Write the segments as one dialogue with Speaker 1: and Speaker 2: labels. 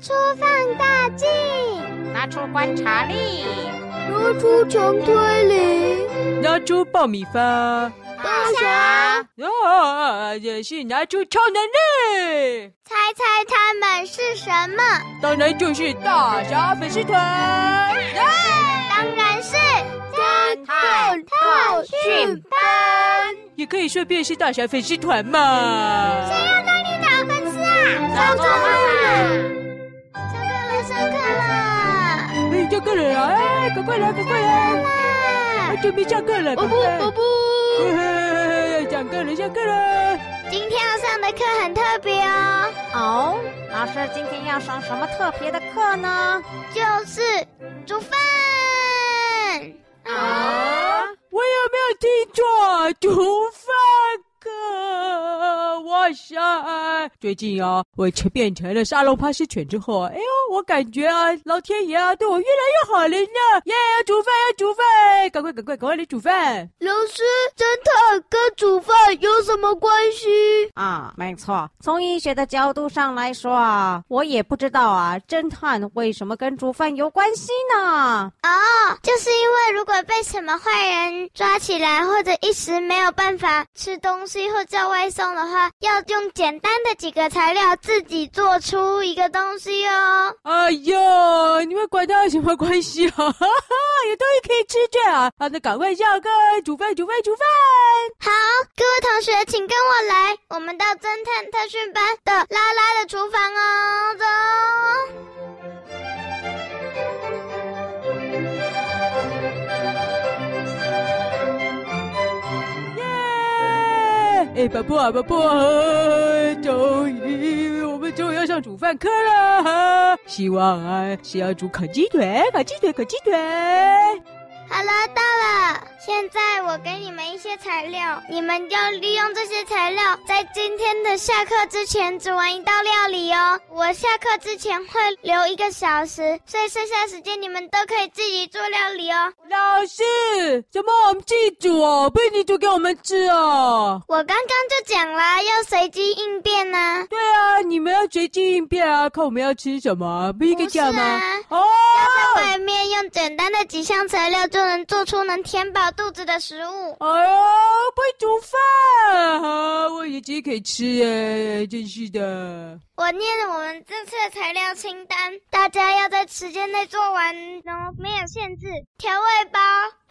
Speaker 1: 出放大镜，
Speaker 2: 拿出观察力，
Speaker 1: 拿出强推理，
Speaker 3: 拿出爆米花，
Speaker 1: 大侠，
Speaker 3: 啊，也是拿出超能力，
Speaker 1: 猜猜他们是什么？
Speaker 3: 当然就是大侠粉丝团。
Speaker 1: 当然是侦
Speaker 2: 探
Speaker 1: 特
Speaker 2: 训
Speaker 1: 班。
Speaker 3: 也可以顺便是大侠粉丝团嘛。
Speaker 1: 谁要当你的粉丝啊？上课了，上课了，上课了，
Speaker 3: 哎，这个人啊，哎，赶快来，赶快来，
Speaker 1: 啦
Speaker 3: 我！准备上课了，
Speaker 1: 不
Speaker 3: 赶快
Speaker 1: 不不，
Speaker 3: 嘿嘿嘿上课了，上课了。
Speaker 1: 今天要上的课很特别哦，
Speaker 2: 哦，老师今天要上什么特别的课呢？
Speaker 1: 就是煮饭。
Speaker 2: 啊，
Speaker 3: 我有没有听错？煮饭课，哇塞！最近啊，我变成了沙龙帕斯犬之后啊，哎呦，我感觉啊，老天爷啊，对我越来越好了呢！耶，要煮饭，要煮饭，赶快，赶快，赶快来煮饭！
Speaker 1: 老师，侦探跟煮饭有什么关系？
Speaker 2: 啊，没错。从医学的角度上来说啊，我也不知道啊，侦探为什么跟煮饭有关系呢？
Speaker 1: 哦，就是因为如果被什么坏人抓起来，或者一时没有办法吃东西或叫外送的话，要用简单的几个材料自己做出一个东西哦。
Speaker 3: 哎呦，你们管他有什么关系啊？哈哈，有东西可以吃这啊！啊，那赶快下课，煮饭，煮饭，煮饭！
Speaker 1: 好，各位同学，请跟我来，我们到侦探特训班的拉拉的厨房哦，走。
Speaker 3: 耶！哎，宝布啊，宝布啊，终于，我们终于要上煮饭课了。希望啊是要煮烤鸡腿，烤鸡腿，烤鸡腿。
Speaker 1: 好了，到了。现在我给你们一些材料，你们要利用这些材料，在今天的下课之前煮完一道料理哦。我下课之前会留一个小时，所以剩下时间你们都可以自己做料理哦。
Speaker 3: 老师，怎么我们自己煮哦？不是你煮给我们吃哦？
Speaker 1: 我刚刚就讲啦，要随机应变呢、
Speaker 3: 对啊，你们要随机应变啊，看我们要吃什么啊，不是一个这样吗？
Speaker 1: 不啊
Speaker 3: 哦。
Speaker 1: 要在外面用简单的几项材料就能做出能填饱肚子的食物。
Speaker 3: 哎呦，不会煮饭、啊，我已经可以吃耶，真是的。
Speaker 1: 我念我们这次的材料清单，大家要在时间内做完哦，没有限制。调味包、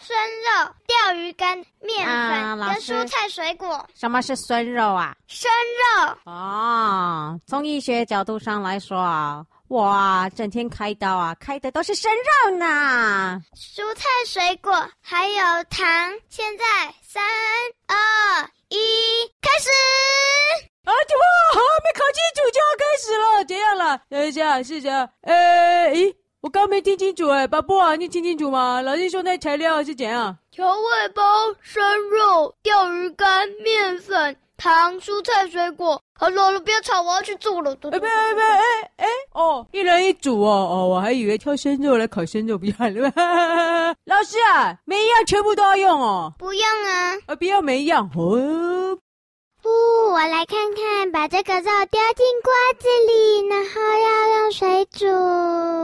Speaker 1: 生肉、钓鱼干、面
Speaker 2: 啊
Speaker 1: 粉
Speaker 2: 老
Speaker 1: 跟
Speaker 2: 师
Speaker 1: 蔬菜水果。
Speaker 2: 什么是生肉啊？
Speaker 1: 生肉，
Speaker 2: 啊，从医学角度上来说啊，哇，整天开刀啊，开的都是生肉呢。
Speaker 1: 蔬菜水果还有糖。现在三二一，开始。
Speaker 3: 啊，怎么好没烤清楚就要开始了？怎样了？等一下，是这样。呃，咦，我刚没听清楚哎，巴布啊，你听清楚吗？老师说那材料是怎样？
Speaker 1: 调味包、生肉、钓鱼干、面粉、糖、蔬菜、水果。好了好了，不要吵，我要去做了。嘟
Speaker 3: 哎，不要不要，哎哎哦，一人一组哦哦，我还以为挑生肉来烤生肉，不要了。老师啊，每一样全部都要用哦，
Speaker 1: 不用啊！
Speaker 3: 啊，不要每一样哦。
Speaker 1: 不，我来看看，把这个肉丢进锅子里，然后要用水煮。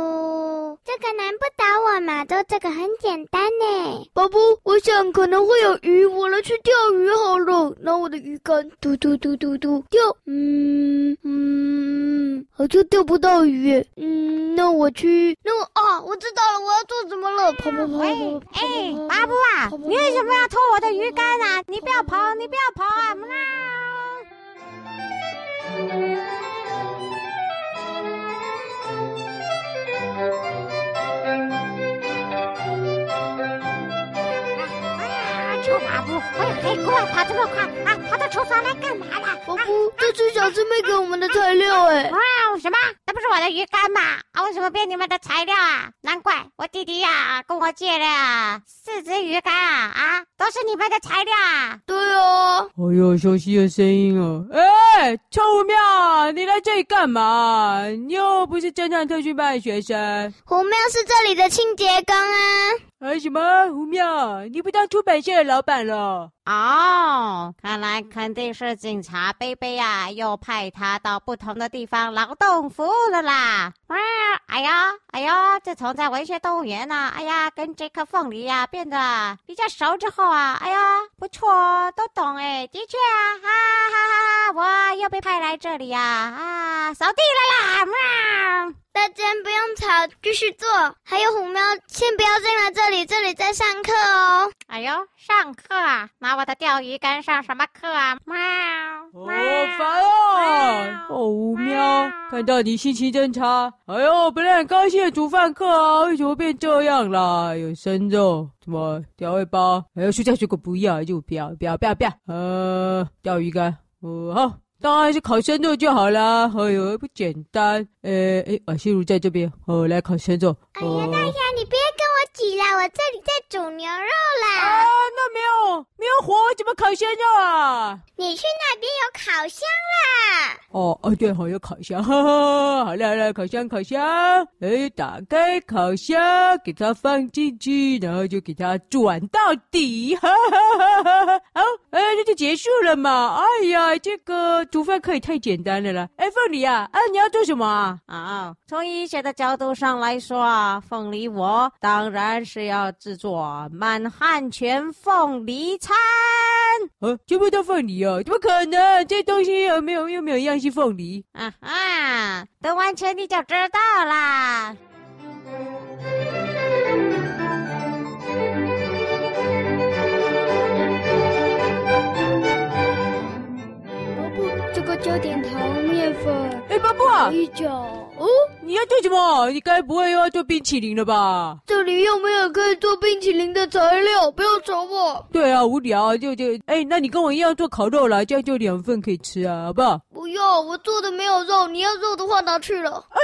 Speaker 1: 这个难不倒我嘛，都这个很简单呢。
Speaker 4: 宝宝，我想可能会有鱼，我来去钓鱼好了。拿我的鱼竿，嘟嘟嘟嘟嘟钓，嗯嗯，好像钓不到鱼耶。嗯，那我去，
Speaker 1: 那我啊，我知道了，我要做什么了？
Speaker 4: 跑跑跑
Speaker 2: 哎
Speaker 4: 跑跑
Speaker 2: 哎，
Speaker 4: 跑
Speaker 2: 巴布啊，你为什么要偷我的鱼竿啊？你不要跑，你不要跑啊！哎臭巴布，哎，哎，给我跑这么快啊！跑到厨房来干嘛呢？
Speaker 4: 宝宝，这只小师妹给我们的材
Speaker 1: 啊
Speaker 4: 料哎，
Speaker 2: 哇，什么？那不是我的鱼竿吗？啊，为什么变你们的材料啊？难怪我弟弟呀、跟我借了四只鱼竿啊啊，都是你们的材料啊！
Speaker 4: 对哦，
Speaker 3: 哎呦，熟悉的声音哦！哎，臭无妙，你来这里干嘛？你又不是侦探特训班的学生。
Speaker 1: 虎庙是这里的清洁工啊。
Speaker 3: 啊，什么胡妙？你不当出版社的老板了？
Speaker 2: 哦，看来肯定是警察贝贝呀、又派他到不同的地方劳动服务了啦。哇，哎呀，哎呀，自从在文学动物园呢、哎呀，跟杰克凤梨呀、变得比较熟之后啊，哎呀，不错哦，都懂哎，的确啊，哈哈哈哈，我又被派来这里呀、啊，扫地了啦，啊喵。
Speaker 1: 大家不用吵，继续做。还有虎喵，先不要进来这里，这里在上课哦。
Speaker 2: 哎呦，上课啊！拿我的钓鱼竿上什么课啊？喵！
Speaker 3: 哦，
Speaker 2: 喵
Speaker 3: 烦哦！
Speaker 2: 喵
Speaker 3: 哦，吴喵，看到你心情真差。哎呦，本来很高兴的煮饭课啊，为什么变这样啦？哎有生肉，什么调味包，哎还有蔬菜水果不要，就不要，不要，不要，不要。呃，钓鱼竿，哦，好，当然是烤生肉就好啦。哎呦，不简单。呃，哎，啊，心如在这边，哦，来烤生肉。
Speaker 1: 哎呀
Speaker 3: 哦，
Speaker 1: 大侠，你别跟我挤啦，我这里在煮牛肉啦。
Speaker 3: 啊，那没有没有火，怎么烤生肉啊？
Speaker 1: 你去那边有烤箱啦。
Speaker 3: 哦哦，对，好有烤箱，哈哈，好了好了，烤箱烤箱，哎，打开烤箱，给它放进去，然后就给它转到底，哈哈哈哈哈。好，哎，那就结束了嘛。哎呀，这个煮饭课也太简单了啦。哎，凤梨啊，啊，你要做什么啊？
Speaker 2: 啊、从医学的角度上来说啊，凤梨我当然是要制作满汉全凤梨餐。
Speaker 3: 呃、全部都凤梨哦，怎么可能？这东西有没有又没有一样是凤梨？
Speaker 2: 啊哈，等完成你就知道啦。
Speaker 4: 哦不，这个焦点糖面粉
Speaker 3: 哎，巴布啊，
Speaker 4: 一角哦，
Speaker 3: 你要做什么？你该不会又要做冰淇淋了吧？
Speaker 4: 这里又没有可以做冰淇淋的材料，不要找我，
Speaker 3: 对啊，无聊啊，就就哎、那你跟我一样做烤肉啦，这样就两份可以吃啊，好不 好？
Speaker 4: 不要，我做的没有肉，你要肉的话拿去了。
Speaker 3: 啊，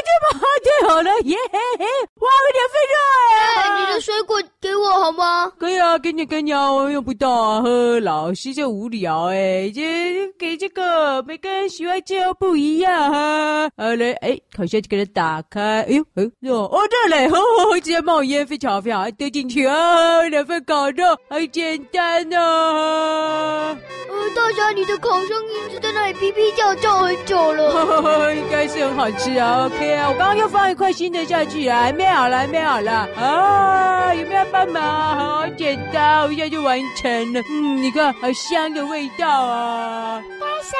Speaker 3: 太好了，耶嘿嘿！哇，有两份
Speaker 4: 哎，
Speaker 3: 肉
Speaker 4: 你
Speaker 3: 啊！
Speaker 4: 的水果给我好吗？
Speaker 3: 可以啊，给你给你啊，我用不到啊。呵，老师这无聊哎、这给这个每个人喜欢这样不一样哈。好嘞，哎，烤箱就给它打开，哎呦，哎呦，哦热嘞，吼吼吼，直接冒烟，非常好非常好，丢进去啊，两份烤肉，好简单哦。
Speaker 4: 呃，大侠，你的烤箱一直在那里哔哔叫叫很 久了。
Speaker 3: 应该是很好吃啊，OK 啊，我刚刚又放一块新的下去啊，还没好了，还没好了啊，有没有帮忙？好简单，我一下就完成了。嗯，你看，好香的味道啊。
Speaker 1: 大侠，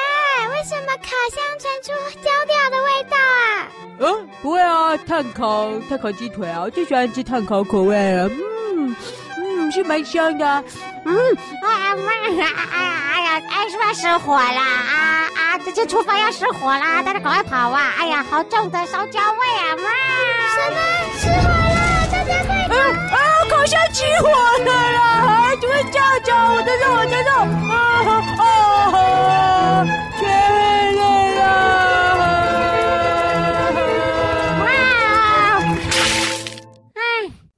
Speaker 1: 为什么烤箱传出焦掉的味道啊？
Speaker 3: 嗯，不会啊，碳烤碳烤鸡腿啊，我最喜欢吃碳烤口味了。嗯嗯，是蛮香的啊。
Speaker 2: 啊妈呀！哎呀哎呀！哎，是不是要失火啦？啊啊！这这厨房要失火啦！大家赶快跑啊！哎呀，好重的烧焦味啊！妈！
Speaker 1: 什么？失火了！大家快
Speaker 3: 啊啊！烤箱起火了啦！哎，怎么会这样子啊？我的肉，我的肉！啊啊！全黑了啦！
Speaker 2: 哇！哎，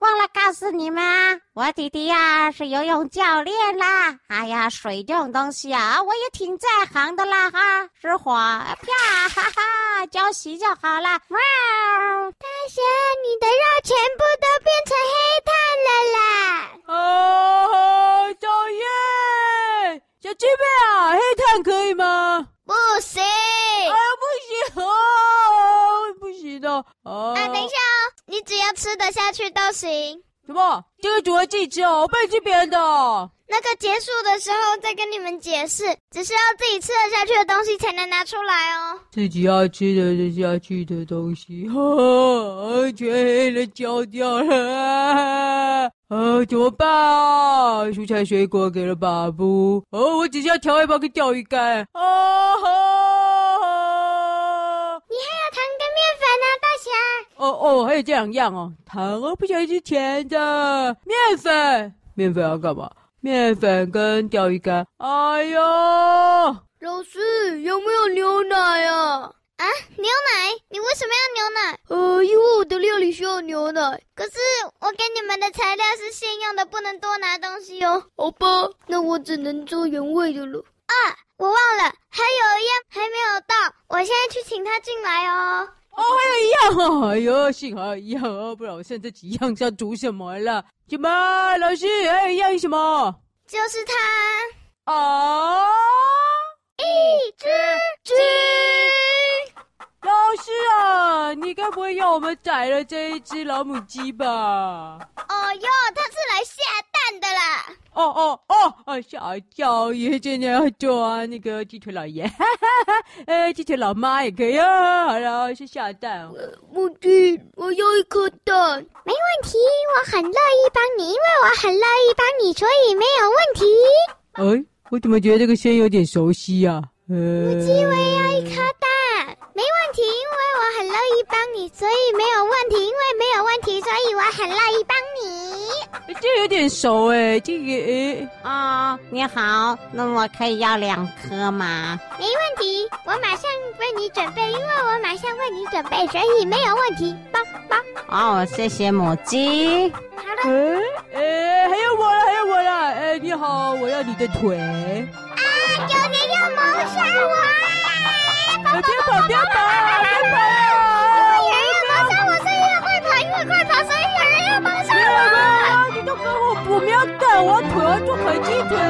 Speaker 2: 忘了告诉你们啊，我弟弟呀、是游泳教练啦。哎呀，水这种东西啊，我也挺在行的啦哈。失火，哎啪哈哈，浇洗就好了。哦哇！
Speaker 1: 大侠，你的肉全部都变成黑炭了啦！
Speaker 3: 啊，讨厌！小鸡妹啊，黑炭可以吗？
Speaker 1: 不行！啊，
Speaker 3: 哎呀，不行啊，不行的啊！
Speaker 1: 等一下哦，你只要吃得下去都行。
Speaker 3: 什么？这个组合自己吃哦，我不能吃别人的哦。
Speaker 1: 那个结束的时候再跟你们解释，只是要自己吃得下去的东西才能拿出来哦。
Speaker 3: 自己要吃的吃下去的东西，哈、啊，全黑了，焦掉了啊！啊，怎么办啊？蔬菜水果给了爸布，哦，我只是要调味包跟钓鱼竿，啊哈！
Speaker 1: 你还哎有糖跟面粉呢、大侠。
Speaker 3: 哦哦，还有这两样哦，糖我不喜欢吃甜的，面粉，面粉要干嘛？面粉跟钓鱼竿，哎呦，哦
Speaker 4: 老师，有没有牛奶啊？
Speaker 1: 啊，牛奶？你为什么要牛奶？
Speaker 4: 呃，因为我的料理需要牛奶。
Speaker 1: 可是我给你们的材料是现用的，不能多拿东西哦。
Speaker 4: 好吧，那我只能做原味的了。
Speaker 1: 啊，我忘了，还有一样还没有到，我现在去请他进来哦。
Speaker 3: 哦，还有一样哎呦，幸好一样哦，不然我现在几样要煮什么了？什么？老师，哎，样什么？
Speaker 1: 就是它，
Speaker 3: 啊！
Speaker 4: 哦
Speaker 1: 一只鸡。
Speaker 3: 老师啊，你该不会要我们宰了这一只老母鸡吧？
Speaker 1: 哦哟，它是来下蛋的啦。
Speaker 3: 哦哦哦！啊，吓一跳，爷真的要做啊，那个鸡腿老爷，哈哈哈，呃，鸡腿老妈也可以啊。好了，是下蛋哦。
Speaker 4: 母鸡，我要一颗蛋。
Speaker 1: 没问题，我很乐意帮你，因为我很乐意帮你，所以没有问题。
Speaker 3: 哎，我怎么觉得这个声音有点熟悉啊？呃，
Speaker 1: 因为要一颗蛋，没问题，因为我很乐意帮你，所以没有问题，因为没有问题，所以我很乐意帮你。
Speaker 3: 这有点熟哎，这个哎，
Speaker 2: 哦，你好，那我可以要两颗吗？
Speaker 1: 没问题，我马上为你准备，因为我马上为你准备，所以没有问题。帮帮，
Speaker 2: 哦，谢谢母鸡。
Speaker 1: 好了，
Speaker 3: 哎哎，还有我了，还有我了。哎，你好，我要你的腿。
Speaker 1: 有人要谋杀我啊！
Speaker 3: 哎，别跑，别跑，别跑啊！
Speaker 1: 有人要谋杀我，所以要快跑，因为快跑，所以有人要谋杀
Speaker 3: 别
Speaker 1: 我。
Speaker 3: 跑啊！你都跟我不要蛋，我要腿，我要做烤鸡腿。